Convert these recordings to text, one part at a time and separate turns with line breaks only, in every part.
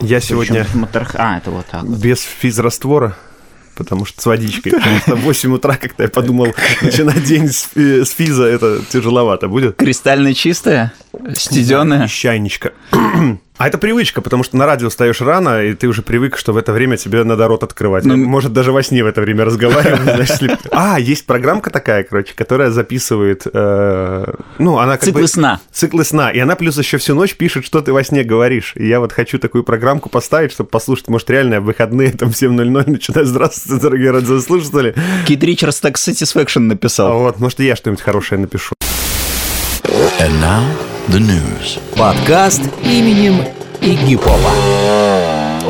Я сегодня
Причём моторх- А, это вот так.
без физраствора, потому что с водичкой. Потому что в 8 утра, как-то я подумал, начинать день с, фи- с физа, это тяжеловато будет.
Кристально чистая, стеденая.
Из чайничка. А это привычка, потому что на радио встаешь рано, и ты уже привык, что в это время тебе надо рот открывать.
Ну,
Может, даже во сне в это время разговаривать. знаешь, если- А, есть программка такая, короче, которая записывает... э, Ну, она как
Циклы
бы-
сна.
Циклы сна. И она плюс еще всю ночь пишет, что ты во сне говоришь. И я вот хочу такую программку поставить, чтобы послушать. Может, реально в выходные там в 7.00 начинаю. Здравствуйте, дорогие радиослушатели.
Кит Ричардс так Satisfaction
А
написал.
вот, может, и я что-нибудь хорошее напишу.
And now the news.
Подкаст именем Игипова.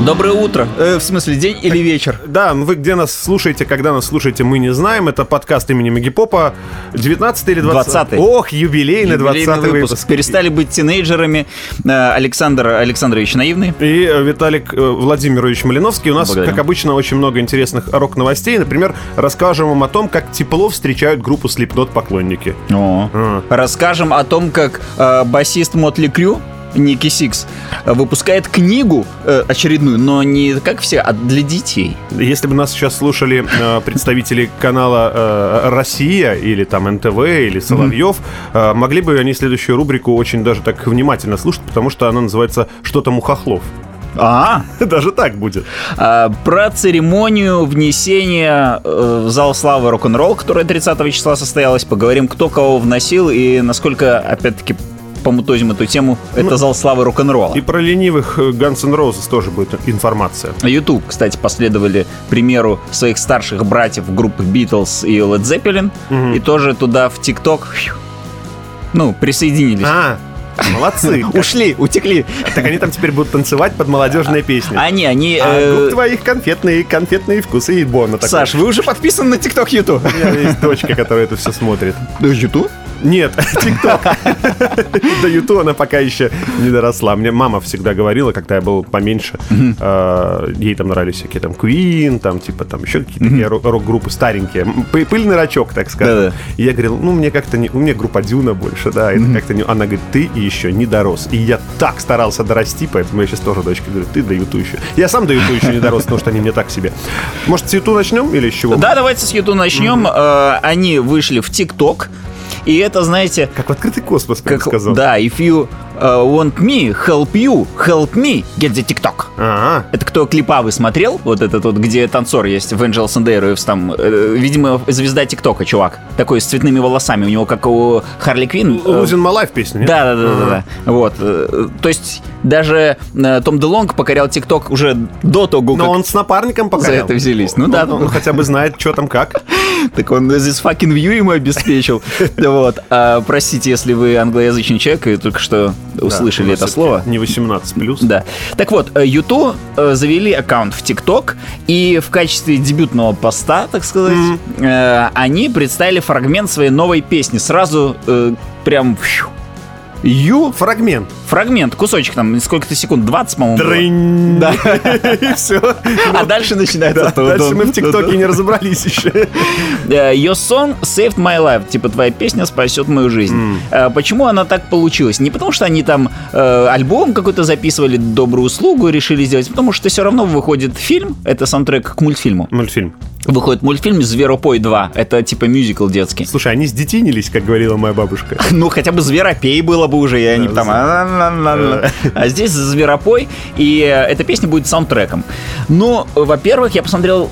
Доброе утро. Э, в смысле, день или вечер?
Да, ну вы где нас слушаете, когда нас слушаете, мы не знаем. Это подкаст имени Магипопа. 19 или 20?
20-й.
Ох, юбилейный, 20
Юбилейный выпуск. Перестали быть тинейджерами. Э, Александр Александрович Наивный.
И э, Виталик э, Владимирович Малиновский. У нас,
Благодарю.
как обычно, очень много интересных рок-новостей. Например, расскажем вам о том, как тепло встречают группу Слепнот поклонники.
О. Расскажем о том, как э, басист Мотли Крю Ники Сикс э, выпускает книгу э, очередную, но не как все, а для детей.
Если бы нас сейчас слушали э, представители канала э, Россия или там НТВ или Соловьев, э, могли бы они следующую рубрику очень даже так внимательно слушать, потому что она называется «Что там у хохлов».
А,
Даже так будет.
а, про церемонию внесения э, в зал славы рок-н-ролл, которая 30 числа состоялась, поговорим, кто кого вносил и насколько, опять-таки, помутозим эту тему, это зал славы рок-н-ролла.
Ну, И про ленивых э, Guns N' Roses тоже будет информация.
YouTube, кстати, последовали примеру своих старших братьев группы Beatles и Led Zeppelin. И тоже туда в TikTok, фью, ну, присоединились.
А, молодцы.
Ушли, утекли.
Так они там теперь будут танцевать под молодежные песни.
Они, они...
А
э,
губ твоих конфетные, конфетные вкусы и бона такой.
Саш, вы уже подписаны на TikTok YouTube?
У меня есть дочка, которая это все смотрит.
YouTube?
Нет, ТикТок. До Юту она пока еще не доросла. Мне мама всегда говорила, когда я был поменьше, э, ей там нравились всякие там Queen, там типа там еще какие-то такие рок- рок-группы старенькие. М, пы- Пыльный рачок, так сказать.
Да-да.
И я говорил, ну мне как-то не... У меня группа Дюна больше, да. это как-то не... Она говорит, ты еще не дорос. И я так старался дорасти, поэтому я сейчас тоже дочке говорю, ты до Юту еще. Я сам до Юту еще не дорос, потому что они мне так себе. Может, с Юту начнем или с чего?
Да, давайте с YouTube начнем. Э, Они вышли в TikTok. И это, знаете,
Как в открытый космос, прям
как...
сказал.
Да, if you э, want me, help you, help me, get the TikTok.
Ага.
Это кто клипавый смотрел, вот этот вот, где танцор есть в Angel Sanderius, там, э, видимо, звезда ТикТока, чувак. Такой с цветными волосами, у него как у Харли Квин.
Лузин Малайф песня, нет?
Э, Да, да, да, да, да. Вот. э, То есть даже э, Том Делонг покорял ТикТок уже до того,
Но
как...
он с напарником пока.
это взялись. Ну
он,
да.
Он, хотя бы знает, что там как.
Так он this fucking view ему обеспечил. Вот. А, Простите, если вы англоязычный человек и только что услышали
Да,
это
всё-таки
слово.
Не 18 плюс.
Да. Так вот, э, Юту э, завели аккаунт в ТикТок, и в качестве дебютного поста, так сказать, э, они представили фрагмент своей новой песни. Сразу э, прям... фью. Ю,
Фрагмент.
фрагмент, кусочек там, сколько-то секунд, 20, по-моему, было.
Дрынь.
Да.
И все.
А дальше начинается...
Дальше мы в ТикТоке не разобрались еще.
Э, Your song saved my life. Типа, твоя песня спасет мою жизнь. Э, Почему она так получилась? Не потому, что они там э, альбом какой-то записывали, добрую услугу решили сделать, потому что все равно выходит фильм, это саундтрек к мультфильму.
Мультфильм.
Выходит мультфильм «Зверопой 2». Это типа мюзикл детский.
Слушай, они сдетинились, как говорила моя бабушка.
Ну, хотя бы «Зверопей» было бы уже, я не там... а, «А-на-на-на-на». А здесь «Зверопой», и э, эта песня будет саундтреком. Ну, э, во-первых, я посмотрел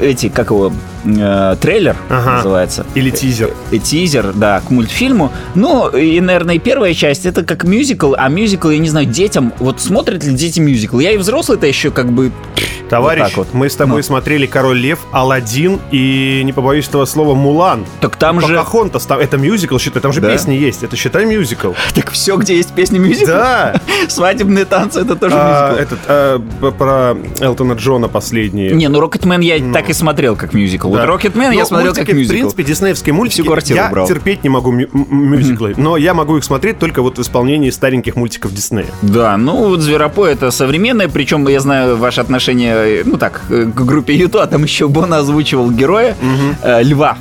эти, как его, э, трейлер
Ага.
называется.
Или тизер.
Э, тизер, да, к мультфильму. Ну, и, наверное, и первая часть это как мюзикл, а мюзикл, я не знаю, детям, вот смотрят ли дети мюзикл? Я и взрослый-то еще как бы...
Товарищ,
вот. Ну.
мы с тобой смотрели Король Лев, Алладин и, не побоюсь этого слова, Мулан.
Так там же...
Покахонтас, там, это мюзикл, считай, там же
Да?
песни есть. Это считай мюзикл.
Так все, где есть песни мюзикл?
Да.
Свадебные танцы, это тоже
А,
мюзикл.
Этот, а, б- про Элтона Джона последние.
Не, ну Рокетмен я так и смотрел как мюзикл. Вот
Да.
Рокетмен
Ну,
я смотрел как
мультики,
мюзикл.
В принципе, диснеевские мультики
Всю квартиру
я
брал.
терпеть не могу мю- м- мюзиклы, но я могу их смотреть только вот в исполнении стареньких мультиков Диснея.
Да, ну вот Зверопой это современное, причем я знаю ваше отношение, э, ну так, э, к группе Юту, а там еще Бон озвучивал героя э, Льва.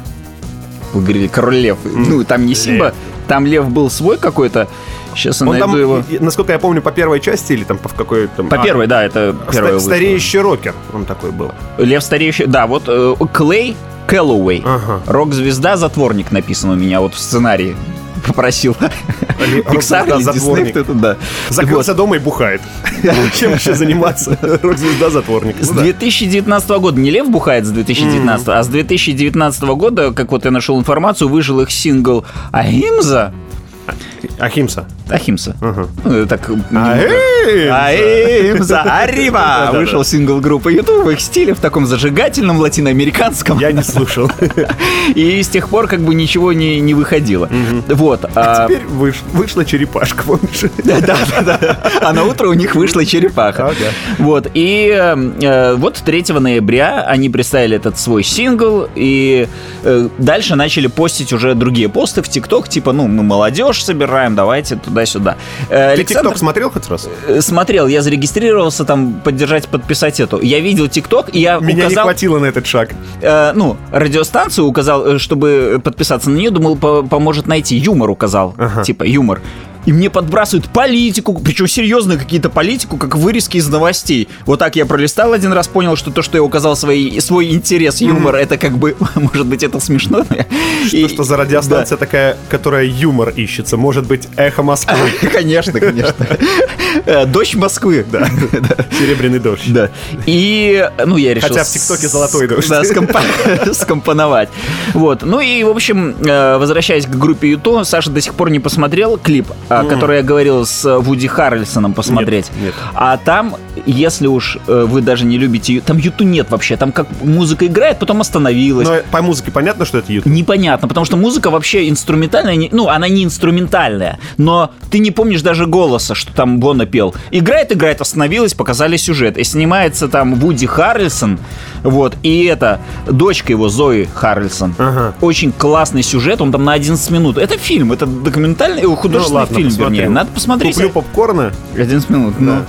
Вы говорили, король лев. Ну, там не Симба, там лев был свой какой-то. Сейчас я
Он
найду
там,
его.
и- насколько я помню, по первой части или там по в какой там...
По
а,
первой, да, это
ста-
первая выставка.
Стареющий рокер, он такой был.
Лев стареющий. Да, вот э, Клей Кэллоуэй.
Ага.
Рок-звезда Затворник написано у меня вот в сценарии. Попросил. Pixar
рок-звезда
или Disney,
«Затворник».
кто-то, да.
Закрылся дома и бухает. Чем еще заниматься? Рок-звезда затворник.
С
Ну да.
2019 года, не Лев бухает с 2019, а с 2019 года, как вот я нашел информацию, выжил их сингл Ахимза.
Ахимса.
Ахимса. Ну, это так,
А,
немного.
эй!
э. Аимза Арива!
Да-да-да.
Вышел сингл группы YouTube в их стиле, в таком зажигательном латиноамериканском.
Я не слушал.
И с тех пор как бы ничего не, не выходило. Вот. а-
Теперь выш- вышла черепашка, помнишь?
Да, да, да. А на утро у них вышла черепаха.
Ага.
Вот. И э, вот 3 ноября они представили этот свой сингл и э, дальше начали постить уже другие посты в ТикТок, типа, ну, мы молодежь собираем, давайте туда-сюда. Э,
Ты ТикТок смотрел хоть раз?
э, смотрел, я зарегистрировался там поддержать, подписать эту. Я видел ТикТок, и я
Меня не
указал,
хватило на этот шаг.
э, ну, радиостанцию указал, э, чтобы подписаться на нее, думал, по- поможет найти. Юмор указал, типа юмор. И мне подбрасывают политику, причем серьезно какие-то политику, как вырезки из новостей. Вот так я пролистал один раз, понял, что то, что я указал свои, свой интерес, юмор, это как бы, может быть, это смешно. но я-
Что,
и-
что за радиостанция такая, которая юмор ищется? Может быть, эхо Москвы?
Конечно, конечно. Э, Дочь Москвы, да.
Серебряный дождь.
Да. И, ну, я решил...
Хотя в ТикТоке золотой
ск-
дождь.
Да, скомпо- скомпоновать. Вот. Ну и, в общем, э, возвращаясь к группе Юту, Саша до сих пор не посмотрел клип, о который я говорил с э, Вуди Харрельсоном посмотреть.
нет.
А там, если уж э, вы даже не любите... Ю- Там Юту нет вообще. Там как музыка играет, потом остановилась.
Но по музыке понятно, что это YouTube?
Непонятно, потому что музыка вообще инструментальная, не- ну, она не инструментальная, но ты не помнишь даже голоса, что там Бона пел. Играет, играет, остановилась, показали сюжет. И снимается там Вуди Харрельсон, вот, и это, дочка его, Зои Харрельсон.
Ага.
Очень классный сюжет, он там на 11 минут. Это фильм, это документальный, э, художественный
Ну ладно,
фильм,
посмотрю.
вернее. Надо посмотреть.
Куплю попкорна,
11 минут, ну.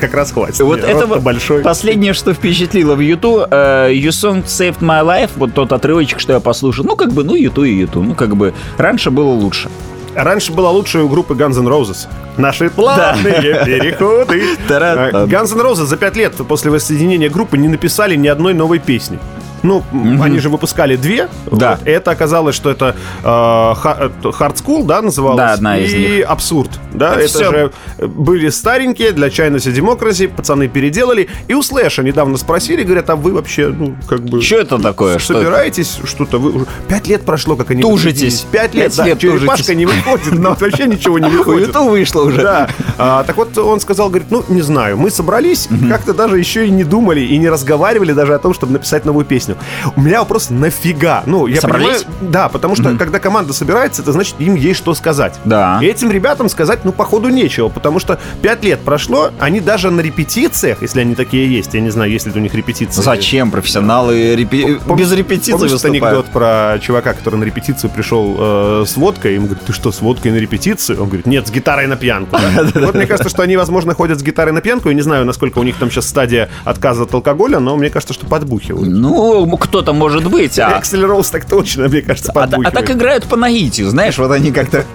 как раз хватит.
Вот
Мне
это
рот-то
вот
большой.
последнее, что впечатлило в Юту. э, You Song Saved My Life, вот тот отрывочек, что я послушал. Ну, как бы, ну, Юту и Юту. Ну, как бы, раньше было лучше.
Раньше была лучшая у группы Guns N' Roses. Наши плавные переходы.
Тара-там.
Э, Guns N' Roses за пять лет после воссоединения группы не написали ни одной новой песни. Ну, м, они же выпускали две.
Да.
Вот, и это оказалось, что это э, ха- э, Hard School, да, называлось?
Да, одна из
и Абсурд. Да,
Это
это,
всё.
же э, были старенькие для China Демокраси, пацаны переделали. И у Слэша недавно спросили, говорят, а вы вообще, ну, как бы...
Что это такое? Э, Что это?
Собираетесь что-то? Вы... уже- Пять лет прошло, как они
Тужитесь.
воссоединились. Пять лет,
Пять
да.
лет
Черепашка
тужитесь.
не выходит, но
Ну,
вообще ничего не выходит.
Юту вышло уже.
Да. А, так вот, он сказал, говорит, ну, не знаю, мы собрались, и как-то даже еще и не думали, и не разговаривали даже о том, чтобы написать новую песню. У меня вопрос, нафига? Ну, я
Собрались?
понимаю, да, потому что, когда команда собирается, это значит, им есть что сказать.
Да.
И этим ребятам сказать, ну, походу, нечего, потому что пять лет прошло, они даже на репетициях, если они такие есть, я не знаю, есть ли у них репетиции.
Зачем профессионалы репе- без репетиции
Помнишь этот
выступают?
анекдот про чувака, который на репетицию пришел э, с водкой? Ему говорит, ты что, с водкой на репетицию? Он говорит, нет, с гитарой на пьянку. Вот мне кажется, что они, возможно, ходят с гитарой на пьянку. Я не знаю, насколько у них там сейчас стадия отказа от алкоголя, но мне кажется, что подбухивают.
Ну, кто-то может быть, а...
Эксель Роуз так точно, мне кажется,
А, та- а так
подбухивает.
играют по наитию, знаешь, вот они как-то...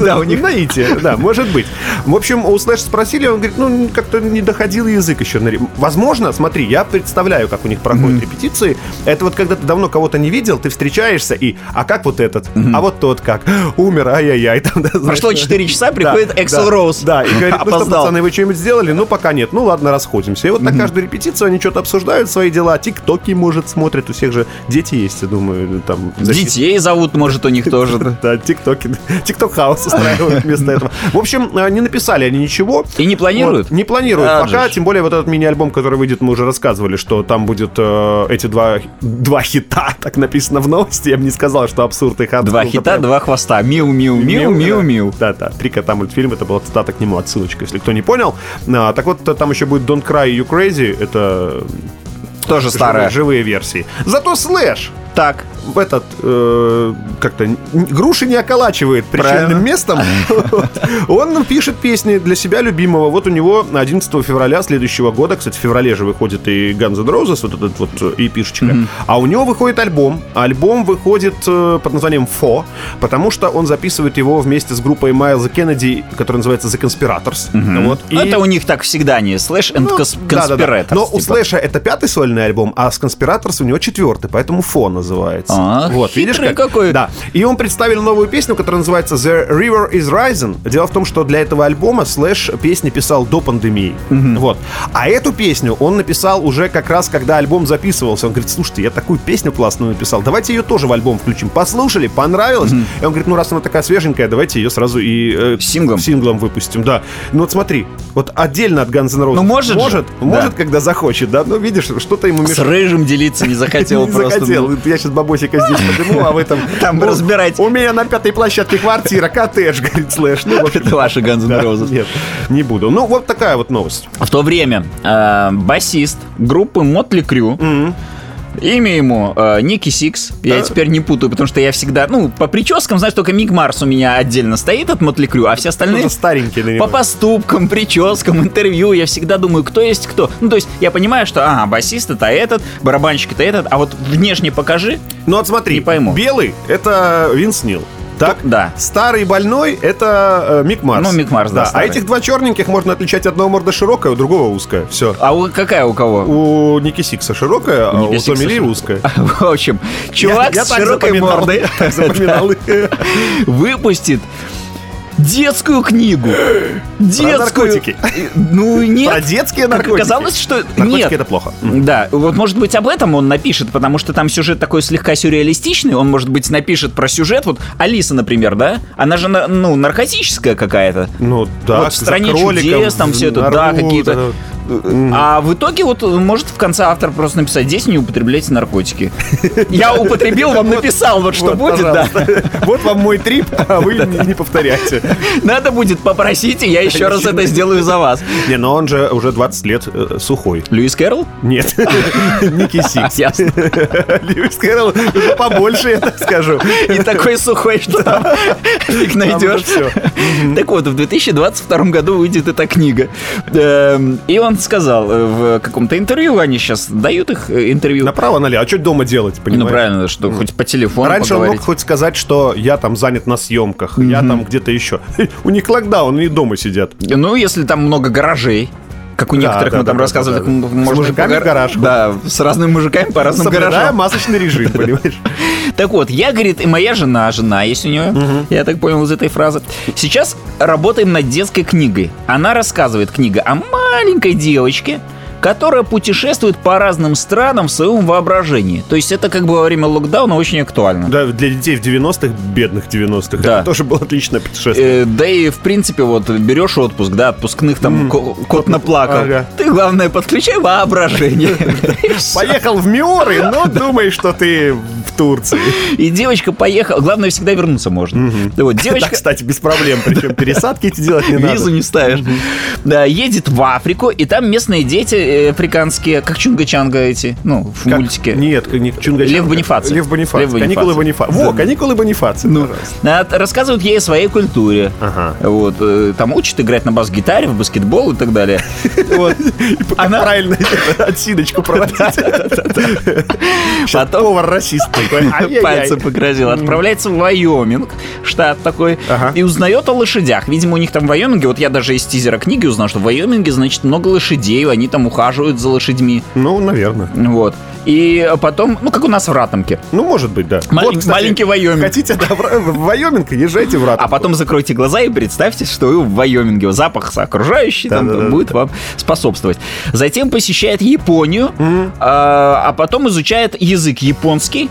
Да, у них...
Наитие, да, может быть. В общем, у Слэш спросили, он говорит, ну, как-то не доходил язык еще. на ре- Возможно, смотри, я представляю, как у них проходят репетиции. Это вот когда ты давно кого-то не видел, ты встречаешься и, а как вот этот? А вот тот как? Умер, ай-яй-яй. Там, да, знаешь.
Прошло 4 часа, приходит
Да,
Эксел
да,
Роуз.
Да, и говорит, ну что,
Опоздал.
пацаны, вы что-нибудь сделали? Ну, пока нет. Ну, ладно, расходимся. И вот на каждую репетицию они что-то обсуждают, свои дела. Тиктоки, может, смотрят. У всех же дети есть, я думаю, там... защитники.
Детей зовут, может, у них тоже.
Да, тиктоки. Тикток хаос устраивают вместо этого. В общем, э, не написали они ничего.
И не планируют?
Вот, не планируют
А,
пока,
жесть.
тем более вот этот мини-альбом, который выйдет, мы уже рассказывали, что там будет э, эти два, два хита, так написано в новости, я бы не сказал, что абсурд и хат.
Два
Ну,
хита,
прям-
два хвоста. Миу-миу-миу, миу-миу.
Да, да, три кота мультфильм, это была цитата к нему, отсылочка, если кто не понял. А, так вот, там еще будет Don't Cry You Crazy, это
Тоже старая.
Живые, живые версии. Зато Слэш
Так.
в этот э, как-то н- груши не околачивает
Правильно.
причинным местом. Вот. Он пишет песни для себя любимого. Вот у него 11 февраля следующего года, кстати, в феврале же выходит и Guns N' Roses, вот этот вот э, и пишечка. А у него выходит альбом. Альбом выходит э, под названием «Фо», потому что он записывает его вместе с группой Майлза Кеннеди, которая называется «The Conspirators». Вот. И-
Ну, Это у них так всегда не слэш and
ну,
cons-
да-да-да.
conspirators,
Но у
типа.
Слэша это пятый сольный альбом, а с Конспираторс у него четвертый, поэтому Фо называется.
А,
вот, видишь
хитрый
как?
какой.
Да. И он представил новую песню, которая называется The River is Rising. Дело в том, что для этого альбома Слэш песни писал до пандемии. Вот. А эту песню он написал уже как раз, когда альбом записывался. Он говорит, слушайте, я такую песню классную написал, давайте ее тоже в альбом включим. Послушали, понравилось. И он говорит, ну раз она такая свеженькая, давайте ее сразу и... э,
Синглом.
Синглом выпустим, да. Ну вот смотри, вот отдельно от Guns N' Roses.
Ну, может же.
Может,
Да.
может, когда захочет, да. Ну, видишь, что-то ему
С
мешает.
рыжим делиться не захотел
Не
просто.
захотел.
ну.
Я сейчас бабосика здесь подниму, а в этом...
Там
Ну,
разбирать.
У меня на пятой площадке квартира, коттедж, говорит Слэш. Ну, в общем,
Это ваши Guns N'
да,
Roses.
Нет, не буду. Ну, вот такая вот новость.
В то время э, басист группы Мотли Крю, имя ему э, Ники Сикс, я
Да.
теперь не путаю, потому что я всегда, ну, по прическам, знаешь, только Мик Марс у меня отдельно стоит от Мотли Крю, а все остальные...
Кто-то старенький,
По
наверное.
поступкам, прическам, интервью я всегда думаю, кто есть кто. Ну, то есть я понимаю, что, ага, басист это этот, барабанщик это этот, а вот внешне покажи.
Ну, вот смотри.
Не пойму.
Белый — это Винс Нил. Так?
Да.
Старый и больной — это э, Мик Марс.
Ну, Мик Марс, да,
А
старый.
этих два черненьких можно отличать. Одного морда широкая, у другого узкая. Все.
А у, какая у кого?
У Ники Сикса широкая, а
Ники
у
Сикса
Томми Ли
широкая.
русская.
В общем, чувак
Я- я
с
так
широкой
запоминал,
мордой
я так запоминал.
выпустит детскую книгу. Детскую.
наркотики.
Ну, нет.
Про детские
Как
наркотики.
Оказалось, что
Наркотики
нет.
это плохо.
Да, вот может быть об этом он напишет, потому что там сюжет такой слегка сюрреалистичный, он может быть напишет про сюжет, вот Алиса, например, да? Она же, на- ну, наркотическая какая-то.
Ну да,
вот в
за
стране
кроликом,
чудес, там
в
все это,
нору,
да,
вот
какие-то.
это. Мгм.
А в итоге вот может в конце автор просто написать, здесь не употребляйте наркотики. Я употребил, вам написал, вот что
Вот,
будет, да.
пожалуйста. Вот вам мой трип, а вы не не повторяйте.
Надо будет, попросите, я еще раз это сделаю за вас.
Не, но он же уже 20 лет э, сухой.
Льюис Кэрролл?
Нет, Ники Сикс.
Ясно.
Льюис Кэрролл уже побольше, я так скажу.
И такой сухой, что там фиг найдешь.
всё.
Так вот, в 2022 году выйдет эта книга. Эм, И он сказал э, в каком-то интервью, они сейчас дают их э, интервью.
Направо-налево, а что дома делать,
Ну,
понимаешь?
правильно, что хоть по телефону
Раньше он
поговорить.
мог хоть сказать, что я там занят на съемках, я там где-то еще. У них локдаун, они дома сидят.
Ну, если там много гаражей, как у
Да,
некоторых
да,
мы там
да,
рассказывали,
да,
как
да.
м-
С
можно
мужиками
по гар-
в гараж
Да, с разными мужиками по разным
Соблюдая
гаражам.
масочный режим, понимаешь?
Так вот, я, говорит, и моя жена, жена есть у нее, я так понял из этой фразы. Сейчас работаем над детской книгой. Она рассказывает книга о маленькой девочке, которая путешествует по разным странам в своем воображении. То есть это как бы во время локдауна очень актуально.
Да, для детей в 90-х, бедных 90-х,
Да.
это тоже было отличное путешествие.
Э, да и, в принципе, вот берешь отпуск, да, отпускных там ко- кот наплакал.
ага.
Ты, главное, подключай воображение. И всё.
Поехал в Миоры, но думаешь, что ты в Турции.
И девочка поехала. Главное, всегда вернуться можно. Да вот,
Да,
девочка...
кстати, без проблем. Причем пересадки эти делать не
Визу
надо.
не ставишь. Да, едет в Африку, и там местные дети э, африканские, как чунга-чанга эти, ну, в
Как-
мультике.
Нет, не Чунга.
Лев Бонифаций.
Лев
Лев
Бонифаций. Каникулы Бонифаций. Во, каникулы Бонифаций.
Ну,
пожалуйста.
а, т- рассказывают ей о своей культуре.
Ага.
Вот, э, там учат играть на бас-гитаре, в баскетбол и так далее. Вот. Она-
Правильно, отсидочку проводить. Сейчас
Потом-
повар расист такой. Ай-яй-яй.
Пальцем погрозил. Отправляется в Вайоминг, штат такой,
Ага.
и узнает о лошадях. Видимо, у них там в Вайоминге, вот я даже из тизера книги узнал, что в Вайоминге, значит, много лошадей, они там ухаживают за лошадьми.
Ну, наверное.
Вот. И потом, ну, как у нас в Ратомке.
Ну, может быть, да.
Малень- маленький Вайоминг.
Хотите да, в Ра- в Вайоминг, езжайте в Рату.
А потом закройте глаза и представьте, что вы в Вайоминге. Запах окружающий там
Да-да-да.
будет вам способствовать. Затем посещает Японию, а а потом изучает язык японский,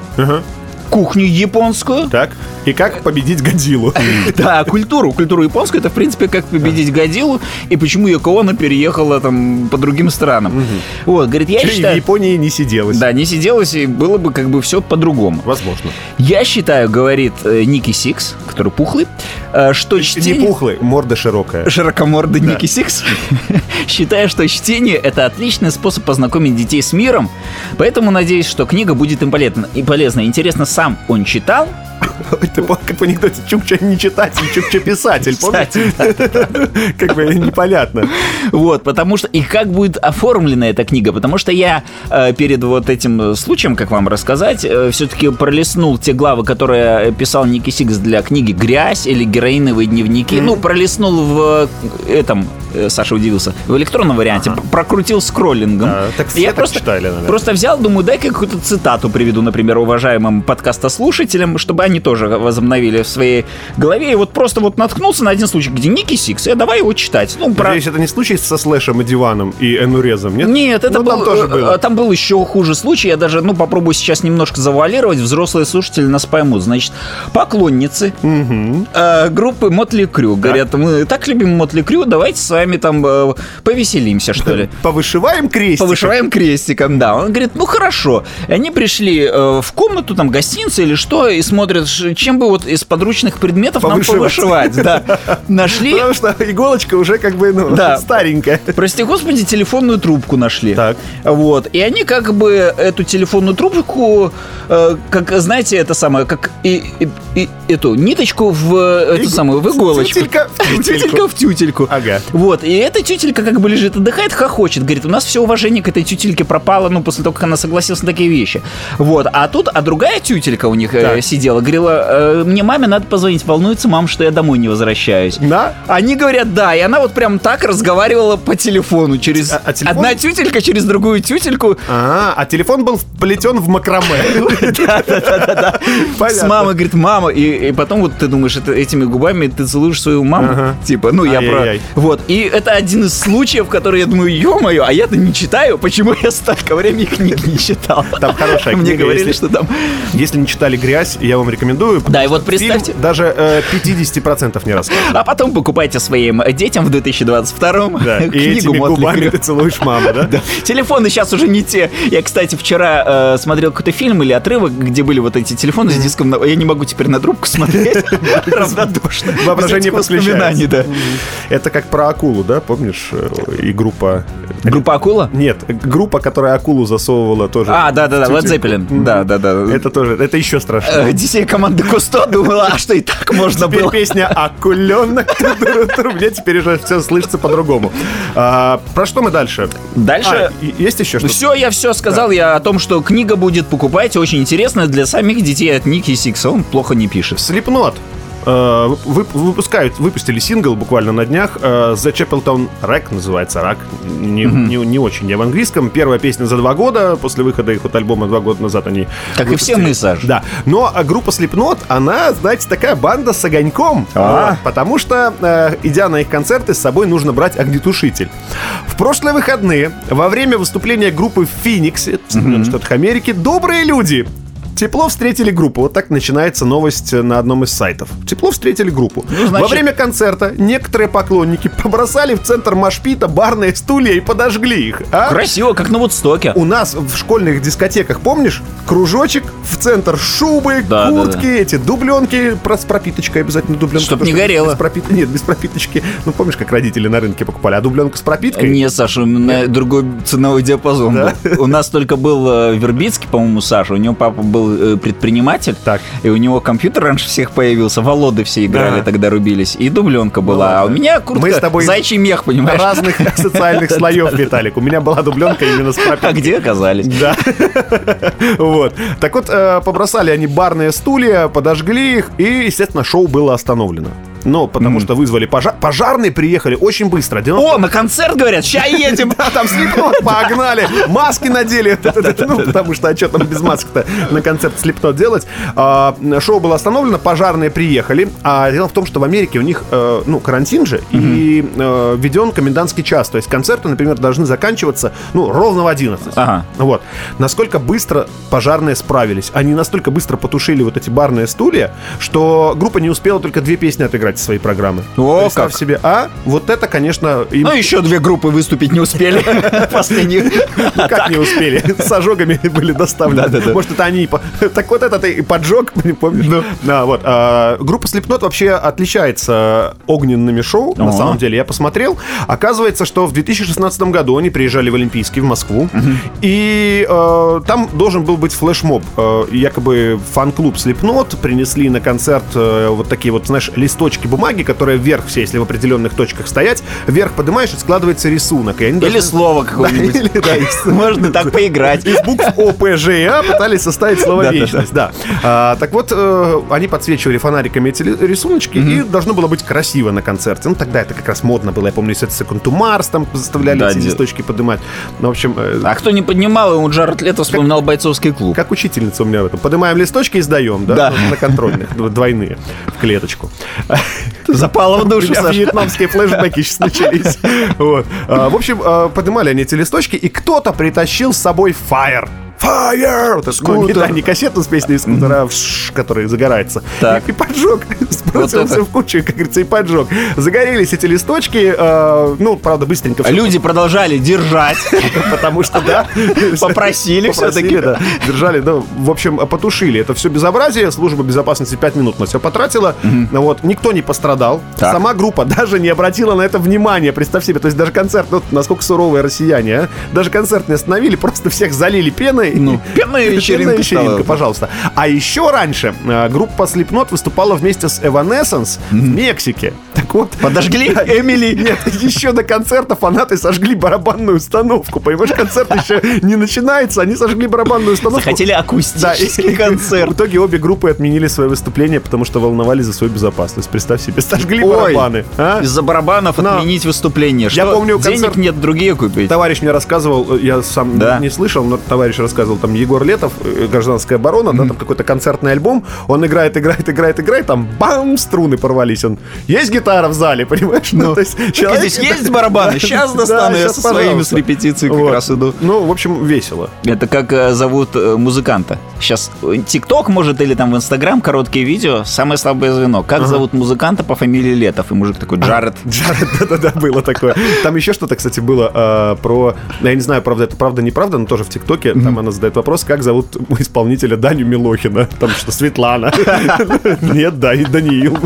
кухню японскую.
Так, И как победить Годзиллу.
Да, культуру, культуру японскую, это, в принципе, как победить Годзиллу и почему Якоона переехала там по другим странам. Вот, говорит, я
Чё и в
считаю...
Японии не сиделось.
Да, не сиделось, и было бы как бы все по-другому.
Возможно.
Я считаю, говорит э, Ники Сикс, который пухлый, э, что
Не
чтение...
пухлый, морда широкая.
Широкомордый Ники Сикс считаю, что чтение — это отличный способ познакомить детей с миром, поэтому надеюсь, что книга будет им полезна. И полезна. Интересно, сам он читал?
Ты понял, как в анекдоте, Чукча не читатель, Чукча писатель, помнишь?
Кстати, да.
Как бы непонятно.
Вот, потому что... И как будет оформлена эта книга? Потому что я э, перед вот этим э, случаем, как вам рассказать, все-таки пролистнул те главы, которые э, писал Ники Сикс для книги «Грязь» или «Героиновые дневники». Ну, пролистнул в э, этом... э, Саша удивился. В электронном варианте пр- прокрутил скроллингом.
А, так
И
все так читали, наверное.
Просто взял, думаю, дай-ка я какую-то цитату приведу, например, уважаемым подкастослушателям, чтобы они тоже возобновили в своей голове. И вот просто вот наткнулся на один случай, где Ники Сикс, я давай его читать. Ну, про...
Надеюсь, это не случай со слэшем и диваном и энурезом, нет?
Нет, это
Ну,
был,
там тоже
э,
было.
э, Там был еще хуже случай. Я даже, ну, попробую сейчас немножко завуалировать. Взрослые слушатели нас поймут. Значит, поклонницы э, группы Мотли Крю говорят, мы так любим Мотли Крю, давайте с вами там э, повеселимся, что ли.
Повышиваем крестик.
Повышаем крестиком, да. Он говорит, ну хорошо. И Они пришли э, в комнату, там, гостиницы или что, и смотрят, ш- чем бы вот из подручных предметов нам
Повышивать.
повышивать. Да. Нашли,
Потому что иголочка уже как бы, ну,
Да.
старенькая.
прости господи, телефонную трубку нашли.
Так.
Вот. И они как бы эту телефонную трубку, э, как, знаете, это самое, как и, и- и эту ниточку в э, эту
Иг-
самую, в иголочку.
Тютелька в тютельку.
Тютелька в тютельку.
Ага.
Вот, и эта тютелька как бы лежит, отдыхает, хохочет, говорит, у нас все уважение к этой тютельке пропало, ну, после того, как она согласилась на такие вещи. Вот, а тут, а другая тютелька у них э,
Так.
сидела, говорила, «Э, мне маме надо позвонить, волнуется мам, что я домой не возвращаюсь.
На.
Они говорят, да, и она вот прям так разговаривала по телефону через...
А- а телефон?
Одна тютелька через другую тютельку
А, а телефон был вплетен в макраме.
Да-да-да-да-да. С
Понятно.
мамой, говорит, мама. И, и потом вот ты думаешь, это, этими губами ты целуешь свою маму.
Ага.
Типа, ну я про...
Ай-яй-яй.
Вот. И это один из случаев, который я думаю, ё-моё, а я-то не читаю. Почему я столько времени книг не читал?
Там хорошая
Мне
книга,
говорили,
если-
что там...
Если не читали «Грязь», я вам рекомендую.
Да, и вот
Фильм
представьте...
даже э, 50% не рассказывает.
А потом покупайте своим детям в 2022
Да, и
книгу
этими
Мотли
губами
Крю.
ты целуешь маму, да?
Телефоны сейчас уже не те. Я, кстати, вчера э, смотрел какой-то фильм или отрывок, где были вот эти телефоны с диском. на- Я не могу теперь на трубку смотреть. Равнодушно.
Воображение
Без этих
подключается.
воспоминаний, да.
Это как про акулу, да, помнишь? э, И группа...
Группа Акула?
Нет, группа, которая акулу засовывала тоже.
А, да-да-да,
в
Led
тютельку.
Zeppelin. Да-да-да.
Это тоже, это еще страшнее.
Одиссея Э, команды Кусто думала, а что и так можно
Теперь
было.
песня «Акуленок». тру-ру-ру-ру. Мне теперь уже все слышится по-другому. А, Про что мы дальше?
Дальше...
А, и- есть еще что-то?
Все, я все сказал я о том, что книга будет, покупайте, очень интересная для самих детей от Ники Сикса, он плохо не пишет.
Слепнот. Э, выпускают, выпустили сингл буквально на днях. э, The Chapeltown Rack называется рак. Не, не- не очень я в английском. Первая песня за два года. После выхода их вот альбома два года назад они.
Как и
выпустили.
все мы, Саш.
Да. Но а, группа Slipknot, она, знаете, такая банда с огоньком.
А.
Вот. Потому что, э, идя на их концерты, с собой нужно брать огнетушитель. В прошлые выходные, во время выступления группы в Фениксе, в Соединенных Штатах Америки, добрые люди Тепло встретили группу. Вот так начинается новость э, на одном из сайтов. Тепло встретили группу.
Ну, значит-
Во время концерта некоторые поклонники побросали в центр машпита барные стулья и подожгли их. А?
Красиво, как на Вудстоке.
У нас в школьных дискотеках, помнишь, кружочек в центр шубы,
Да, да,
куртки, эти дубленки про- с пропиточкой обязательно дубленка.
Чтоб
потому
не
что
горело.
Без пропит- Нет, без пропиточки. Ну помнишь, как родители на рынке покупали, а дубленка с пропиткой?
Не, Саша, у меня другой ценовой диапазон
Да?
был. У нас только был э, Вербицкий, по-моему, Саша. У него папа был э, предприниматель.
Так.
И у него компьютер раньше всех появился. Володы все играли,
Да.
тогда рубились. И дубленка была. а у меня куртка
Ну Мы с тобой
зайчий мех, понимаешь?
Разных социальных слоев, Виталик. У меня была дубленка именно с пропиткой.
А где оказались?
Да. Вот. Так вот, э, побросали они барные стулья, подожгли их, и, естественно, шоу было остановлено. но потому что вызвали пожар. Пожарные приехали очень быстро. 90
О, на концерт, говорят, ща едем.
Да, там слепот погнали, маски надели, ну, потому что, а что там без маски-то на концерт слепно делать? А, Шоу было остановлено, пожарные приехали, а дело в том, что в Америке у них, э, ну, карантин же, и э, введен комендантский час, то есть концерты, например, должны заканчиваться, ну, ровно в 11.
Ага.
Вот. Насколько быстро пожарные справились. Они настолько быстро потушили вот эти барные стулья, что группа не успела только две песни отыграть из своей программы.
О,
Представь
как.
себе, а вот это, конечно, им
Ну, еще две группы выступить не успели. Последних.
Ну, как не успели? С ожогами были доставлены.
Да-да-да. Ну.
Может, это они... и по- Так вот этот и поджог, не помнишь? Да, вот. А, Группа Slipknot вообще отличается огненными шоу, на
О.
самом деле. Я посмотрел. Оказывается, что в 2016 году они приезжали в Олимпийский, в Москву. И э, там должен был быть флешмоб. Э, Якобы фан-клуб Slipknot принесли на концерт э, вот такие вот, знаешь, листочки бумаги, которые вверх все, если в определенных точках стоять, вверх поднимаешь и складывается рисунок. И они
Или
должны-
слово
Да,
какое-нибудь.
или, да, из-
Можно так поиграть.
из букв О, П, Ж и А пытались составить слово
Да-да-да.
«вечность». Да. А, Так вот, э, они подсвечивали фонариками эти ли- рисуночки, и должно было быть красиво на концерте. Ну, тогда это как раз модно было. Я помню, если это Секунду Марс там заставляли
Да,
эти
де-
листочки поднимать. Ну, в общем, э,
А кто не поднимал, ему Джаред Лето вспоминал бойцовский клуб.
как учительница у меня в этом. Поднимаем листочки и сдаем, да?
Да.
Ну, На контрольных, дв- двойные, в клеточку.
Запало в
У
душу,
меня
Саша.
вьетнамские флешбеки сейчас начались. Вот. А, В общем, а, поднимали они эти листочки, и кто-то притащил с собой фаер. Fire! Вот это, ну, не,
Скутер.
да, не кассету с песней из скутера, а вш, который загорается.
Так.
И, и поджег. Сбросился
это.
в кучу, как говорится, и поджег. Загорелись эти листочки. а, ну, правда, быстренько всё
Люди продолжали держать.
Потому что, да.
Попросили всё-таки.
да. Держали, да. В общем, потушили. Это все безобразие. Служба безопасности 5 минут на все потратила. Ну Вот. Никто не пострадал.
Так.
Сама группа даже не обратила на это внимания. Представь себе. То есть даже концерт, ну, насколько суровые россияне, а? Даже концерт не остановили, просто всех залили пеной.
Ну, пенная вечеринка
Пенная вечеринка,
стала.
пожалуйста. А еще раньше э, группа Slipknot выступала вместе с Evanescence в Мексике. Так вот,
Подожгли Эмили.
нет, еще до концерта фанаты сожгли барабанную установку. Понимаешь, концерт еще не начинается, они сожгли барабанную установку.
Захотели
Да, и-
акустический
В
концерт.
итоге обе группы отменили свое выступление, потому что волновались за свою безопасность. Представь себе, сожгли
Ой,
барабаны. а?
Из-за барабанов
Но-
отменить выступление. Что,
помню,
денег
концерт-
нет, другие купить.
Товарищ мне рассказывал, э, я сам
Да.
не слышал, но товарищ рассказывал, там Егор Летов, э, гражданская оборона, да, там какой-то концертный альбом, он играет, играет, играет, играет, там бам, струны порвались, он, есть гитара в зале, понимаешь? Ну, то есть
Так
человек-
здесь есть барабаны, сейчас
Да,
достану, я
щас,
со своими с
пожалуйста.
репетиции как
Вот.
раз иду.
Ну, в общем, весело.
Это как э, зовут э, музыканта. Сейчас э, ТикТок, может, или там в Инстаграм короткие видео. Самое слабое звено. Как зовут музыканта по фамилии Летов? И мужик такой Джаред.
Джаред, да-да-да, было такое. Там еще что-то, кстати, было а, про... Я не знаю, правда это правда, неправда, но тоже в ТикТоке там она задает вопрос, как зовут исполнителя Даню Милохина. Там что, Светлана. Нет, да, и Даниил.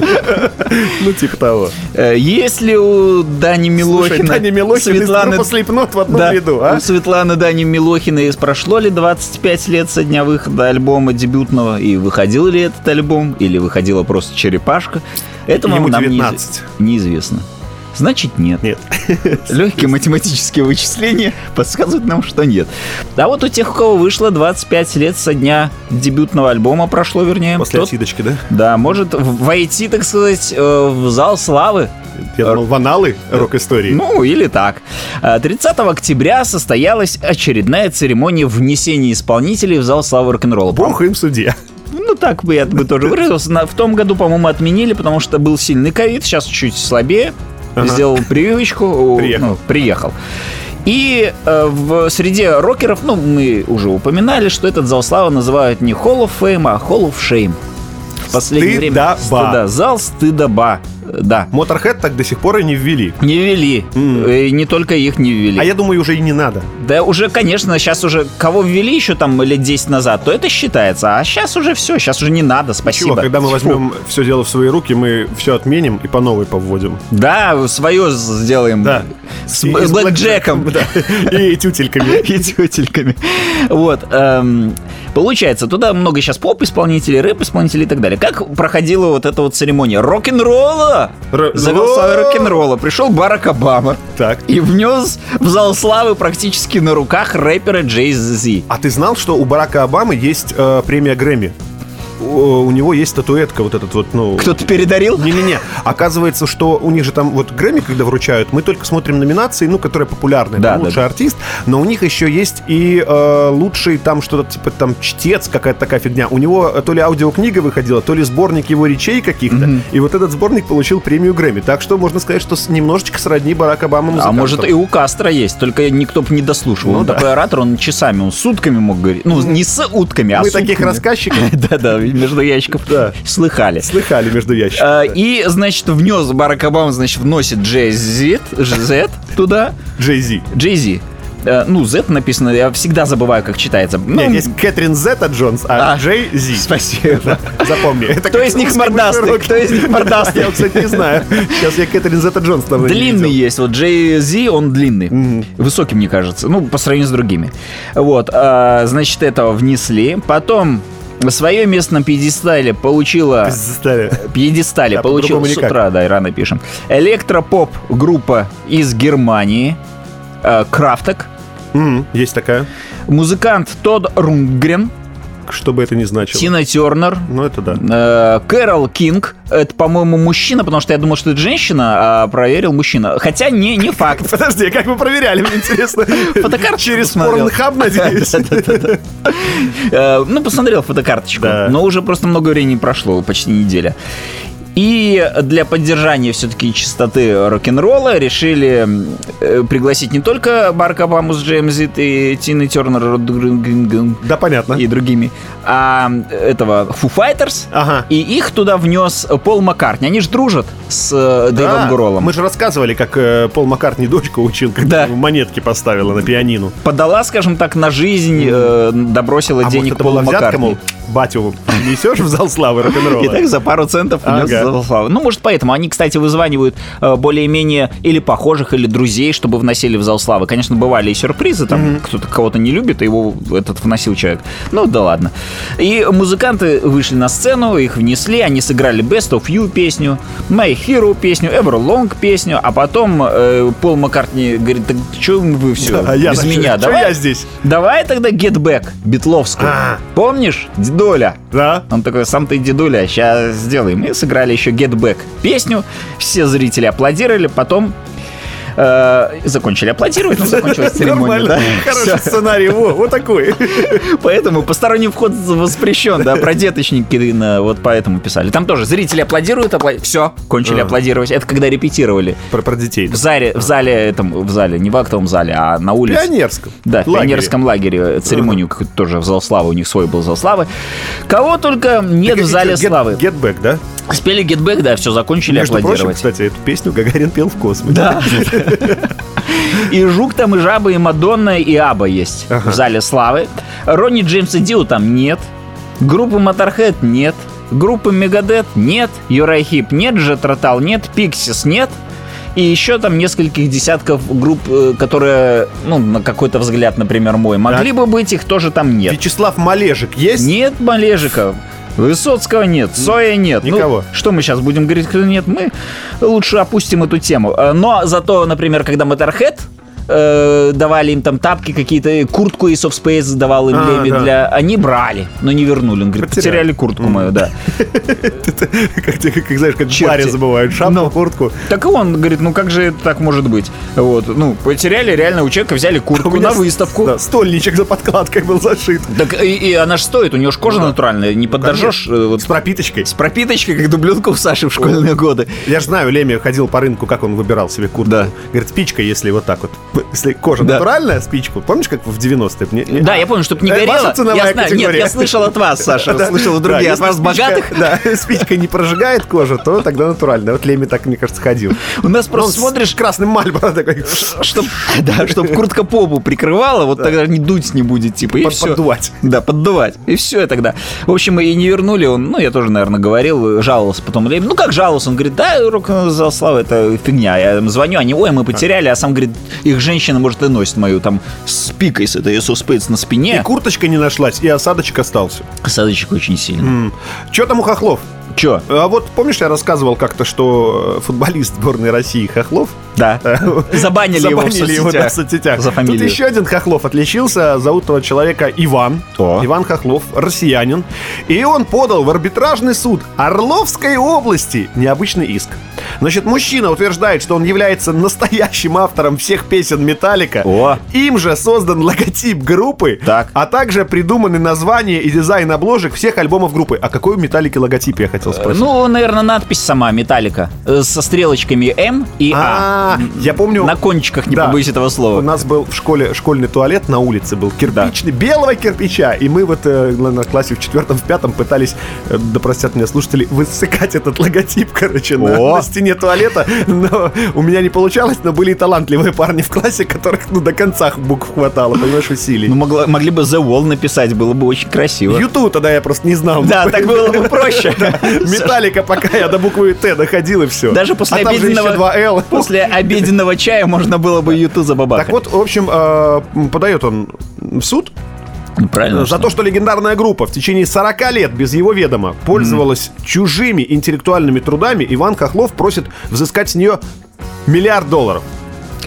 Ну, типа того.
Э, Есть ли у Дани
Слушай,
Милохина
Даня Милохин из
Светланы...
группы Slipknot в
Да, Ну,
одном ряду, а?
у Светланы Дани Милохиной прошло ли 25 лет со дня выхода альбома дебютного? И выходил ли этот альбом? Или выходила просто черепашка? Это
Ему
нам не-
19.
неизвестно. Значит, нет.
Нет.
Легкие математические вычисления подсказывают нам, что нет. А вот у тех, у кого вышло 25 лет со дня дебютного альбома прошло, вернее,
После
тот,
отсидочки, да?
да, может в- войти, так сказать, э, в зал славы.
Я думал, в аналы рок-истории.
Ну, или так. А, 30 октября состоялась очередная церемония внесения исполнителей в зал славы рок-н-ролла.
Бог им судья.
Ну, так бы я бы тоже выразился. На- В том году, по-моему, отменили, потому что был сильный ковид, сейчас чуть слабее. Сделал прививочку. у-
Приехал.
ну, приехал. И э, в среде рокеров, ну, мы уже упоминали, что этот зал славы называют не Hall of Fame, а Hall of Shame. В последнее
Стыдоба.
время стыда. Зал стыдоба. Э, Да.
Моторхед так до сих пор и не ввели.
Не ввели. Э, Не только их не ввели.
А я думаю, уже и не надо.
Да уже, конечно, сейчас уже кого ввели еще там лет 10 назад, то это считается. А сейчас уже все, сейчас уже не надо, спасибо.
Чего, когда мы
Фу.
возьмем все дело в свои руки, мы все отменим и по новой поводим.
Да, свое сделаем.
Да.
С,
И- и
б-
с
блэкджеком.
И тютельками.
И тетельками. Вот. эм, получается, туда много сейчас поп-исполнителей, рэп-исполнителей и так далее. Как проходила вот эта вот церемония? Рок-н-ролла!
Р-
Завел
О!
свое рок-н-ролла. Пришел Барак Обама
Так.
и внес в зал славы практически на руках рэпера Джей Зи.
А ты знал, что у Барака Обамы есть э, премия Грэмми? у него есть статуэтка вот этот вот, ну...
Кто-то передарил?
Не-не-не. Оказывается, что у них же там вот Грэмми, когда вручают, мы только смотрим номинации, ну, которые популярны.
Да,
там
да.
лучший артист, но у них еще есть и э, лучший там что-то типа там чтец, какая-то такая фигня. У него э, то ли аудиокнига выходила, то ли сборник его речей каких-то. И вот этот сборник получил премию Грэмми. Так что можно сказать, что с- немножечко сродни Барак Обама
А
музыкантам.
может и у Кастро есть, только никто бы не дослушал.
Ну
он
да.
такой оратор, он часами, он с утками мог говорить. Ну, не с утками, а
Мы
с
таких
утками.
рассказчиков
Да-да, между ящиков слыхали.
слыхали между ящиками.
А, И, значит, внес Барак Обама, значит, вносит Джей Z, Z туда.
Джей Зи.
Джей Зи. Ну, Z написано, я всегда забываю, как читается. Ну,
Нет, есть Кэтрин Зета Джонс, а
А.
Джей Зи.
Спасибо.
Запомни. Это
Кто
как
из них
русский
мордастый?
бутерброд.
Кто из них мордастый?
Я, кстати, не знаю. Сейчас я Кэтрин Зета Джонс там
Длинный есть, вот Джей Зи, он длинный. Высокий, мне кажется, ну, по сравнению с другими. Вот, а, значит, этого внесли. Потом свое место на пьедестале получила... Пьедестале
Да,
получил
по-другому
с
никак.
утра, да, и рано пишем. Электропоп группа из Германии. э, Крафток.
Есть такая.
Музыкант Тодд Рунгрен.
Что бы это ни значило.
Тина Тернер.
Ну, это да.
э, Кэрол Кинг, это, по-моему, мужчина, потому что я думал, что это женщина, а проверил мужчина. Хотя не, не факт.
Подожди, а как вы проверяли, мне интересно.
Фотокарточку
Через
посмотрел.
порнхаб, надеюсь?
Э, Ну, посмотрел фотокарточку,
Да.
но уже просто много времени прошло, почти неделя. И для поддержания все-таки чистоты рок-н-ролла решили э, пригласить не только Барка Обаму с Джеймс Зит и Тины Тернер Род Грингрингринг
Да, понятно.
и другими, а этого Foo Fighters,
Ага.
и их туда внес Пол Маккартни. Они же дружат с э, Дэйвом
Да,
Гроллом.
А, Мы же рассказывали, как э, Пол Маккартни дочку учил, когда
Да.
ему монетки поставила на пианину.
Подала, скажем так, на жизнь, э, добросила
А может,
денег
это
Полу
была взятка,
Маккартни.
мол, батю несешь в зал славы
И
рок-н-ролла?
так за пару центов
Ага.
внес Завислава. Ну, может, поэтому. Они, кстати, вызванивают э, более-менее или похожих, или друзей, чтобы вносили в зал славы. Конечно, бывали и сюрпризы, там кто-то кого-то не любит, и его этот вносил человек. Ну, да ладно. И музыканты вышли на сцену, их внесли, они сыграли Best of You песню, My Hero песню, Everlong песню, а потом э, Пол Маккартни говорит, так что вы все
А я
без
на чё-
меня?
чё
Давай,
я здесь?
давай тогда Get Back, Битловскую.
А.
Помнишь, дедоля?
Да.
Он такой, сам ты дедуля, сейчас сделаем. И сыграли еще Get Back песню. Все зрители аплодировали, потом э, закончили аплодировать, но Ну, закончилась церемония.
Нормально.
да.
Хороший сценарий. Во, вот такой.
Всё. Поэтому посторонний вход воспрещен, да, про деточники на- вот поэтому писали. Там тоже зрители аплодируют, все, кончили
Ага.
аплодировать. Это когда репетировали.
Про, про детей.
В зале, в зале, этом, в зале, не в актовом зале, а на улице.
Пионерском.
Да, в
лагере.
пионерском лагере э, церемонию какую-то тоже в зал славы, у них свой был зал славы. Кого только нет в зале
Get-
славы.
Get Back, да?
Спели гетбэк, да, все, закончили
Между прочим,
аплодировать.
кстати, эту песню Гагарин пел в космосе.
да. И Жук там, и Жаба, и Мадонна, и Аба есть
Ага.
в зале славы. Ронни Джеймса Дио там нет. Группы Моторхед нет. Группы Мегадет нет. Юрай Хип нет. Джет Ротал нет. Пиксис нет. И еще там нескольких десятков групп, э, которые, ну, на какой-то взгляд, например, мой, могли бы быть, их тоже там нет.
Вячеслав Малежик есть?
Нет Малежика. Высоцкого нет, Соя нет. Ну,
никого.
что мы сейчас будем говорить, кто нет? Мы лучше опустим эту тему. Э, Но зато, например, когда Motorhead э, давали им там тапки какие-то, и куртку и Soft Space давал им
А,
Леми
да.
для... Они брали, но не вернули. Он говорит,
Потеряли.
потеряли, куртку мою, да.
Как, ты- как, знаешь, как в
Черти. Ну,
баре забывают шапку, куртку.
Так и он говорит, ну как же это так может быть? Вот, ну, потеряли реально у человека, взяли
У
куртку
меня
на
с-
выставку.
да, стольничек за подкладкой был зашит.
Так и, и она же стоит, у нее же кожа
Ну
натуральная, не подожжешь э, вот
С пропиточкой.
с пропиточкой, как дубленка у Саши в школьные годы.
Я же знаю, Леми ходил по рынку, как он выбирал себе куртку.
Да.
Говорит, спичка, если вот так вот. Если кожа
Да.
натуральная, спичку. Помнишь, как в 90-е? Мне- мне-
Да, я помню, чтобы не
Э,
горело.
ваша ценовая
я знаю, нет,
категория.
я слышал от вас, Саша,
Да.
слышал от
Да,
других, от
если
вас
спичка-
богатых.
Да, спичка не прожигает кожу, то тогда натурально. Вот Леми так, мне кажется, ходил.
У нас
Он
просто
Ну, с
смотришь,
красным мальборо такой.
чтобы да, чтоб куртка попу прикрывала, вот тогда не дуть не будет, типа, и
под-
все.
поддувать.
Да, поддувать. И все тогда. В общем, и не вернули он, ну, я тоже, наверное, говорил, жаловался потом Лебедь. Ну, как жаловался? Он говорит, да, рок за слава это фигня. Я им звоню, они, ой, мы потеряли, а сам, говорит, их женщина, может, и носит мою там с пикой, с этой Иисус Пейц на
И
спине.
курточка не нашлась, и осадочек остался.
Осадочек очень сильный.
Че там у хохлов?
Че?
А вот помнишь, я рассказывал как-то, что э, футболист сборной России Хохлов
Да. Забанили,
Забанили его
его в
да, в
соцсетях.
соцсетях.
За фамилию.
Тут еще один Хохлов отличился. Зовут этого человека Иван.
О.
Иван Хохлов, россиянин. И он подал в арбитражный суд Орловской области необычный иск. Значит, мужчина утверждает, что он является настоящим автором всех песен Металлика.
О.
Им же создан логотип группы,
Так.
а также придуманы названия и дизайн обложек всех альбомов группы. А какой у Металлики логотип, я хотел спросить?
Ну, наверное, надпись сама «Металлика» э, со стрелочками «М» и
А,
«А».
я помню...
На кончиках, не
Да.
побоюсь этого слова.
У нас был в школе школьный туалет на улице был кирпичный, белого кирпича. И мы вот э, на на классе в четвертом, в пятом пытались, э, да простят меня слушатели, высыкать этот логотип, короче, на,
О!
на стене туалета. Но у меня не получалось, но были и талантливые парни в классе, которых ну, до конца букв хватало, понимаешь,
Ну,
усилий.
могла- могли бы «The Wall» написать, было бы очень красиво.
Юту тогда я просто не знал.
Да, так было бы проще.
Металлика, пока я до буквы Т доходил и все.
Даже после
а там же еще
обеденного-
2 Л.
После обеденного чая можно было бы «Юту» забабахать.
Так вот, в общем, э, подает он в суд
Ну, правильно.
Э, За то, что легендарная группа в течение 40 лет без его ведома пользовалась чужими интеллектуальными трудами, Иван Хохлов просит взыскать с нее миллиард долларов.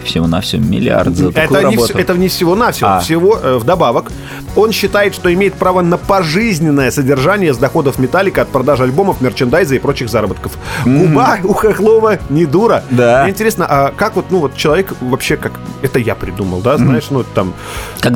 Всего на все миллиард за такую
Это не,
работу.
вс- это не всего на
А.
всего э, вдобавок. Он считает, что имеет право на пожизненное содержание с доходов Металлика от продажи альбомов, мерчендайза и прочих заработков. Губа у Хохлова не дура.
Да.
Мне интересно, а как вот, ну вот человек вообще как... Это я придумал, да, знаешь, ну там...
Как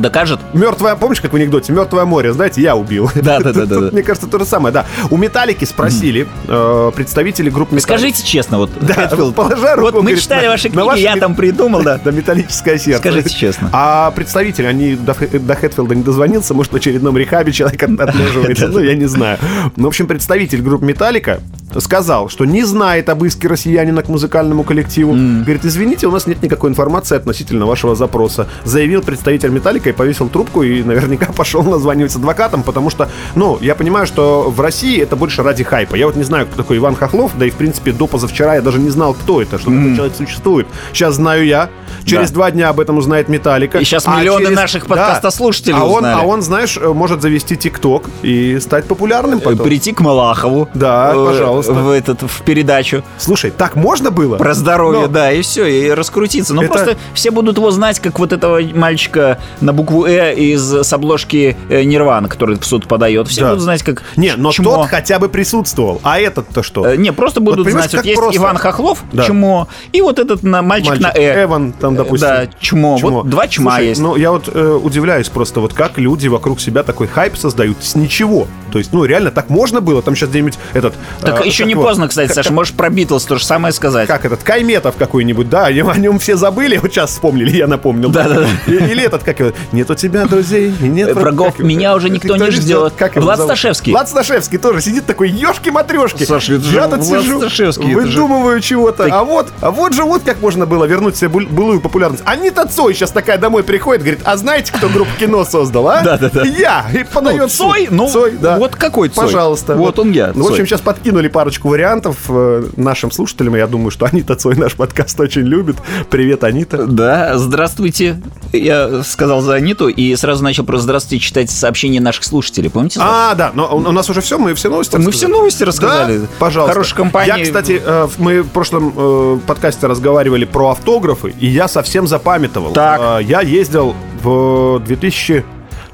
докажет,
Мертвое, помнишь, как в анекдоте, мертвое море, знаете, я убил.
Да, да, да,
Тут,
да, да.
Мне кажется, то же самое, да. У Металлики спросили э, представители группы Металлики.
скажите честно, вот, Хэтфилд,
положа руку,
вот мы
говорит,
читали
на-
ваши
на
книги,
ваши
я
кни-
там придумал, да.
Да, металлическое сердце.
Скажите честно.
А представители, они до, Хэ- до Хэтфилда не дозвонился, может, в очередном рехабе человек от- отлеживается, ну, я не знаю. Ну, в общем, представитель группы «Металлика» сказал, что не знает об иске россиянина к музыкальному коллективу. Говорит, извините, у нас нет никакой информации относительно вашего запроса. Заявил представитель «Металлика» и повесил трубку, и наверняка пошел названивать с адвокатом, потому что, ну, я понимаю, что в России это больше ради хайпа. Я вот не знаю, кто такой Иван Хохлов, да и, в принципе, до позавчера я даже не знал, кто это, что такой человек существует. Сейчас знаю я, через
Да.
два дня об этом узнает «Металлика».
И щас
А
миллионы наших подкастослушателей
а он,
узнали.
а он, знаешь, э, может завести ТикТок и стать популярным
Э,
потом.
Прийти к Малахову. э,
Да, пожалуйста.
В, этот, в передачу
Слушай, так можно было?
про здоровье,
Но-
да, и все, и раскрутиться. Ну,
Это-
просто все будут его знать, как вот этого мальчика на букву «Э» из с обложки э, Нирвана, который в суд подает. Все
Да.
будут знать, как
Не, но
чмо.
тот хотя бы присутствовал. А этот-то что?
Э, Не, просто будут
понимаешь,
знать, вот
как
есть
просто.
Иван Хохлов,
Да.
чмо, и вот этот на, мальчик,
Мальчик.
на «Э».
Эван там, допустим.
Да, чмо. Вот два чма
Слушай,
есть.
Ну, я вот э, удивляюсь просто, вот как люди вокруг себя такой хайп создают с ничего. То есть, ну, реально, так можно было? Там сейчас где-нибудь этот...
Так
э,
еще
как
не
его?
поздно, кстати, Саша, можешь про Битлз то же самое сказать.
Как этот, Кайметов какой-нибудь, да, о нем, о нем все забыли, вот сейчас вспомнили, я напомнил.
Да-да-да.
И- Или этот, как его, нет у тебя друзей, и нет
Э, врагов,
как его,
меня уже никто не
ждет.
ждет.
Как его
Влад
зовут?
Сташевский.
Влад Сташевский тоже сидит такой, ешки-матрешки.
Саша, это же
я тут
Влад
сижу,
Сташевский, это же-
выдумываю чего-то.
Так-
А вот, а вот же вот как можно было вернуть себе буль- былую популярность. Анита Цой сейчас такая домой приходит, говорит, а знаете, кто группу кино создал, а?
Да-да-да.
Я. И подает
Ну, Цой,
суд.
ну,
Цой, да.
вот какой Цой?
Пожалуйста.
Вот он я,
Ну, в
Цой.
общем, сейчас подкинули парочку вариантов э, нашим слушателям. Я думаю, что Анита Цой наш подкаст очень любит. Привет, Анита.
Да, здравствуйте. Я сказал за Аниту и сразу начал про здравствуйте читать сообщения наших слушателей. Помните?
А, да, но у у нас уже все, мы все новости
Мы
рассказали.
все новости рассказали.
Да? Пожалуйста.
Хорошая компания.
Я, кстати, э, в- мы в прошлом э, подкасте разговаривали про автографы, и я совсем запамятовал.
Так.
Э, Я ездил в 2000...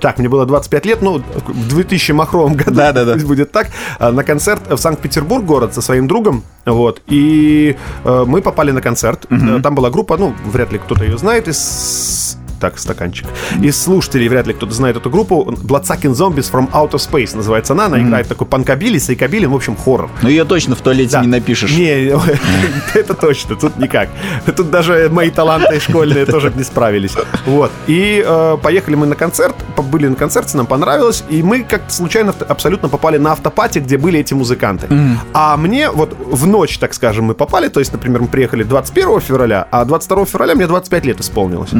Так, мне было 25 лет, ну, в 2000 махровом году,
Да-да-да.
пусть будет так, э, на концерт в Санкт-Петербург город со своим другом, вот, и э, мы попали на концерт, Э, там была группа, ну, вряд ли кто-то ее знает, из... Так, стаканчик. Из слушателей вряд ли кто-то знает эту группу. Bloodsucking Zombies from Outer Space называется она. Она играет такой панкабили, сайкабили, в общем, хоррор.
Ну ее точно в туалете
Да.
не напишешь.
Не, это точно, тут никак. Тут даже мои таланты школьные тоже не справились. Вот. И э, поехали мы на концерт, побыли на концерте, нам понравилось, и мы как-то случайно авто- абсолютно попали на автопати, где были эти музыканты. А мне вот в ночь, так скажем, мы попали, то есть, например, мы приехали 21 февраля, а 22 февраля мне 25 лет исполнилось.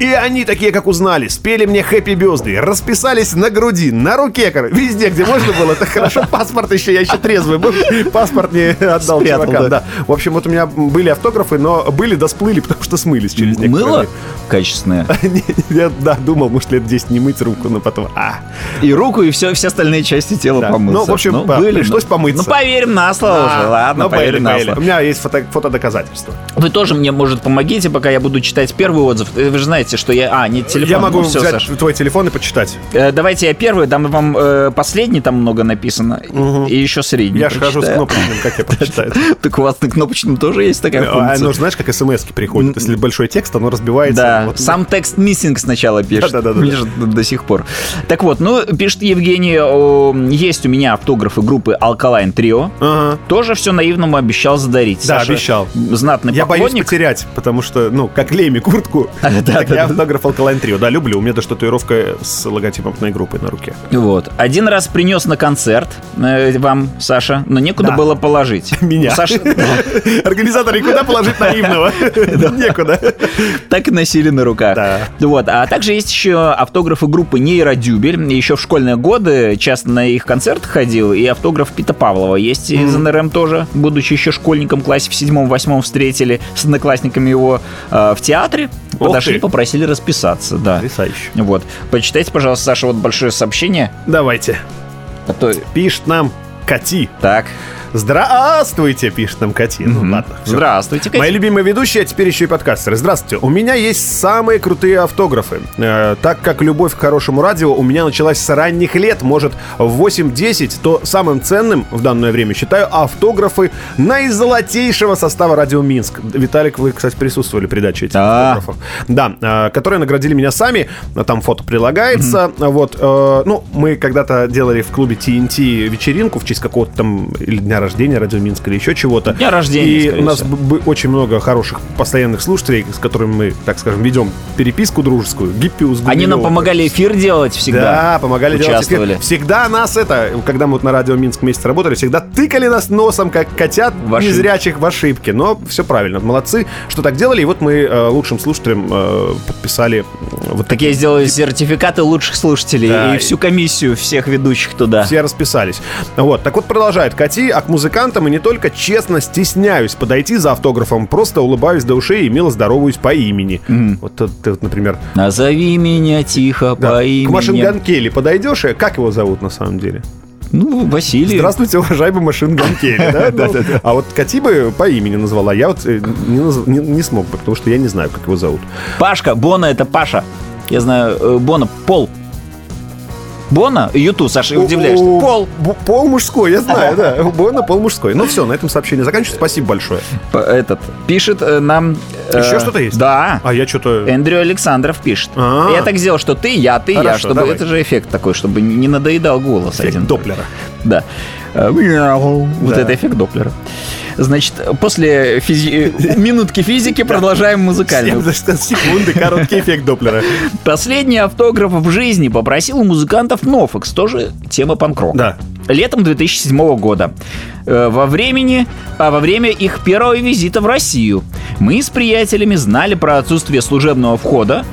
И они такие, как узнали, спели мне «Хэппи Бёзды», расписались на груди, на руке, кор- везде, где можно было. Это хорошо, паспорт еще, я еще трезвый был, паспорт не отдал
Спрятал,
чувакам,
да.
да. В общем, вот у меня были автографы, но были да сплыли, потому что смылись через некоторое
Мыло
время.
качественное.
Не, Я, да, думал, может, лет 10 не мыть руку, но потом... А,
И руку, и все, все остальные части тела
Да.
помыться.
Ну, в общем, да, пришлось
ну,
помыться.
Ну, поверим на слово уже.
А,
Ладно,
ну,
поверим на
поели.
слово.
У меня есть фото- фотодоказательства.
Вы тоже мне, может, помогите, пока я буду читать первый отзыв. Э, Вы же знаете, что я... А, нет, телефон.
Я могу
Ну, всё,
взять
Саш.
твой телефон и почитать.
Э, Давайте я первый, дам вам э, последний, там много написано, и- и еще средний.
Я же хожу с
прочитаю.
кнопочным, как я прочитаю.
Так у вас на кнопочном тоже есть такая
А,
функция?
Оно же, знаешь, как смс приходит. Если большой текст, оно разбивается.
Да,
Вот.
сам текст миссинг сначала пишет.
Да-да-да-да.
Лежит до- до сих пор. Так вот, ну, пишет Евгений, о, есть у меня автографы группы Alkaline Trio.
ну, Ага.
Тоже все наивному обещал задарить.
Да, обещал.
Знатный
Я боюсь
поклонник.
потерять, потому что, ну, как Леми куртку, так я автограф Alkaline Trio. Да, люблю. У меня даже татуировка с логотипом одной группы на руке.
Вот. Один раз принес на концерт э, вам, Саша, но некуда
Да.
было положить.
Меня.
Ну, Саша,
Организаторы, куда положить наивного? Некуда.
так и носили на руках.
Да.
Вот. А также есть еще автографы группы Нейродюбель. Еще в школьные годы часто на их концерты ходил. И автограф Пита Павлова есть из НРМ тоже. Будучи еще школьником в классе в седьмом-восьмом встретили с одноклассниками его э, в театре.
Ух
Подошли,
ты.
попросили расписаться, да.
Потрясающе.
Вот. Почитайте, пожалуйста, Саша, вот большое сообщение.
Давайте.
А то-
Пишет нам Кати.
Так.
Здравствуйте, пишет нам Кати. Ну ладно. всё.
Здравствуйте, Катя.
Мои любимые ведущие, а теперь еще и подкастеры. Здравствуйте. У меня есть самые крутые автографы. Э, так как любовь к хорошему радио у меня началась с ранних лет, может, в 8-10, то самым ценным в данное время считаю автографы наизолотейшего состава радио Минск. Виталик, вы, кстати, присутствовали при даче этих
Да.
автографов. Да, э, которые наградили меня сами. А Там фото прилагается. Вот, э, ну, мы когда-то делали в клубе TNT вечеринку в честь какого-то там или дня рождения радио Минска или еще чего-то.
Дня рождения,
И
скорее
у нас
всего.
б- б- очень много хороших постоянных слушателей, с которыми мы, так скажем, ведем переписку дружескую. Гиппиус
Они нам
Гумилёва.
помогали эфир делать всегда.
Да, помогали делать эфир.
Участвовали.
Всегда нас это, когда мы вот на радио Минск вместе работали, всегда тыкали нас носом, как котят
В ошибки.
незрячих в ошибке. Но все правильно, молодцы, что так делали. И вот мы э, лучшим слушателям э, подписали э, вот
Так я сделаю сертификаты лучших слушателей
Да.
и всю комиссию всех ведущих туда.
Все расписались. Вот, так вот продолжает Кати, а к музыкантам и не только честно стесняюсь подойти за автографом, просто улыбаюсь до ушей и мило здороваюсь по имени. Вот тут ты, вот, например,
Назови меня тихо
да,
по
к
имени.
Машинган Келли подойдешь, и как его зовут на самом деле?
Ну, Василий.
Здравствуйте, уважаемый Машинган Келли. да? Ну, А вот Кати бы по имени назвала, я вот э, не наз- не не смог бы, потому что я не знаю, как его зовут.
Пашка. Бона это Паша. Я знаю, э, Бона, Пол. Бона? Юту, Саша, удивляешься.
У- у-
Пол.
бу- Пол мужской, я знаю, да. Бона пол мужской. Ну все, на этом сообщение заканчивается. Спасибо большое.
П- Этот. Пишет э, нам... э,
Еще что-то есть?
Да.
А я что-то...
Эндрю Александров пишет.
А.
Я так сделал, что ты, я, ты, я,
Хорошо,
чтобы
давай.
это же эффект такой, чтобы не надоедал голос один.
Доплера.
Да. Э, мяу. Вот это эффект Доплера. Значит, после физи- э, минутки физики продолжаем музыкальную.
70 секунды, короткий эффект Доплера.
Последний автограф в жизни попросил у музыкантов Нофикс, тоже тема панк-рока.
Да.
Летом 2007 года. Э, Во времени, а во время их первого визита в Россию мы с приятелями знали про отсутствие служебного входа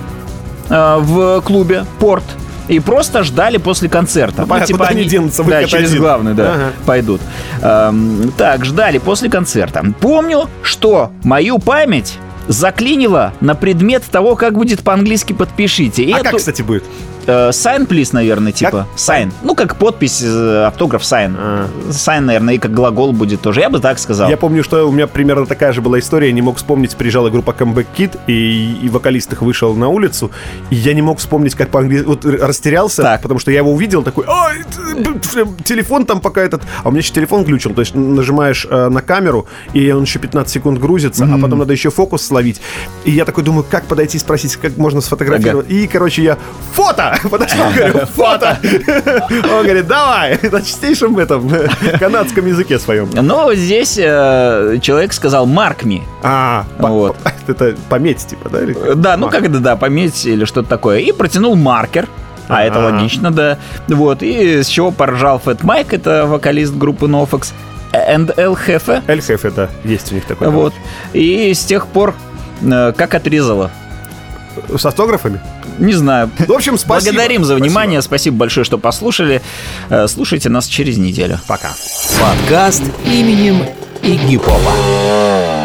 э, в клубе «Порт» и просто ждали после концерта.
Ну,
Типа
понятно, куда они денутся, выход
да, через
один.
главный, да,
Ага.
пойдут. Эм, так, ждали после концерта. Помню, что мою память заклинила на предмет того, как будет по-английски подпишите. И
А
эту-
как, кстати, будет?
Сайн, плиз, Э, наверное, типа. Сайн. Ну, как подпись, э, автограф сайн.
А.
Сайн, наверное, и как глагол будет тоже. Я бы так сказал.
Я помню, что у меня примерно такая же была история. Я не мог вспомнить, приезжала группа Comeback Kid, и, и вокалист их вышел на улицу, и я не мог вспомнить, как по-английски... Вот э, растерялся,
Так.
потому что я его увидел, такой, ой, т- б- т- телефон там пока этот... А у меня еще телефон глючил, то есть нажимаешь э, на камеру, и он еще 15 секунд грузится, а потом надо еще фокус словить. И я такой думаю, как подойти и спросить, как можно сфотографировать. И, короче, я фото! Подошел, говорю, фото! Он говорит, давай! На чистейшем этом э, канадском языке своем.
Но здесь э, человек сказал «марк ми».
А, по-
Вот.
по- Это пометь, типа, да? или
Э,
как?
Да, ну
А,
как это, да, пометь или что-то такое. И протянул маркер. А это
А.
логично, да. Вот, и с чего поржал Фэт Майк, это вокалист группы NoFX, and Эл Хефе.
LHF это есть у них такой.
Вот. И с тех пор э, как отрезало.
С автографами?
Не знаю.
В общем, спасибо.
Благодарим за
Спасибо.
внимание. Спасибо большое, что послушали. Э, Слушайте нас через неделю.
Пока.
Подкаст именем Игипова.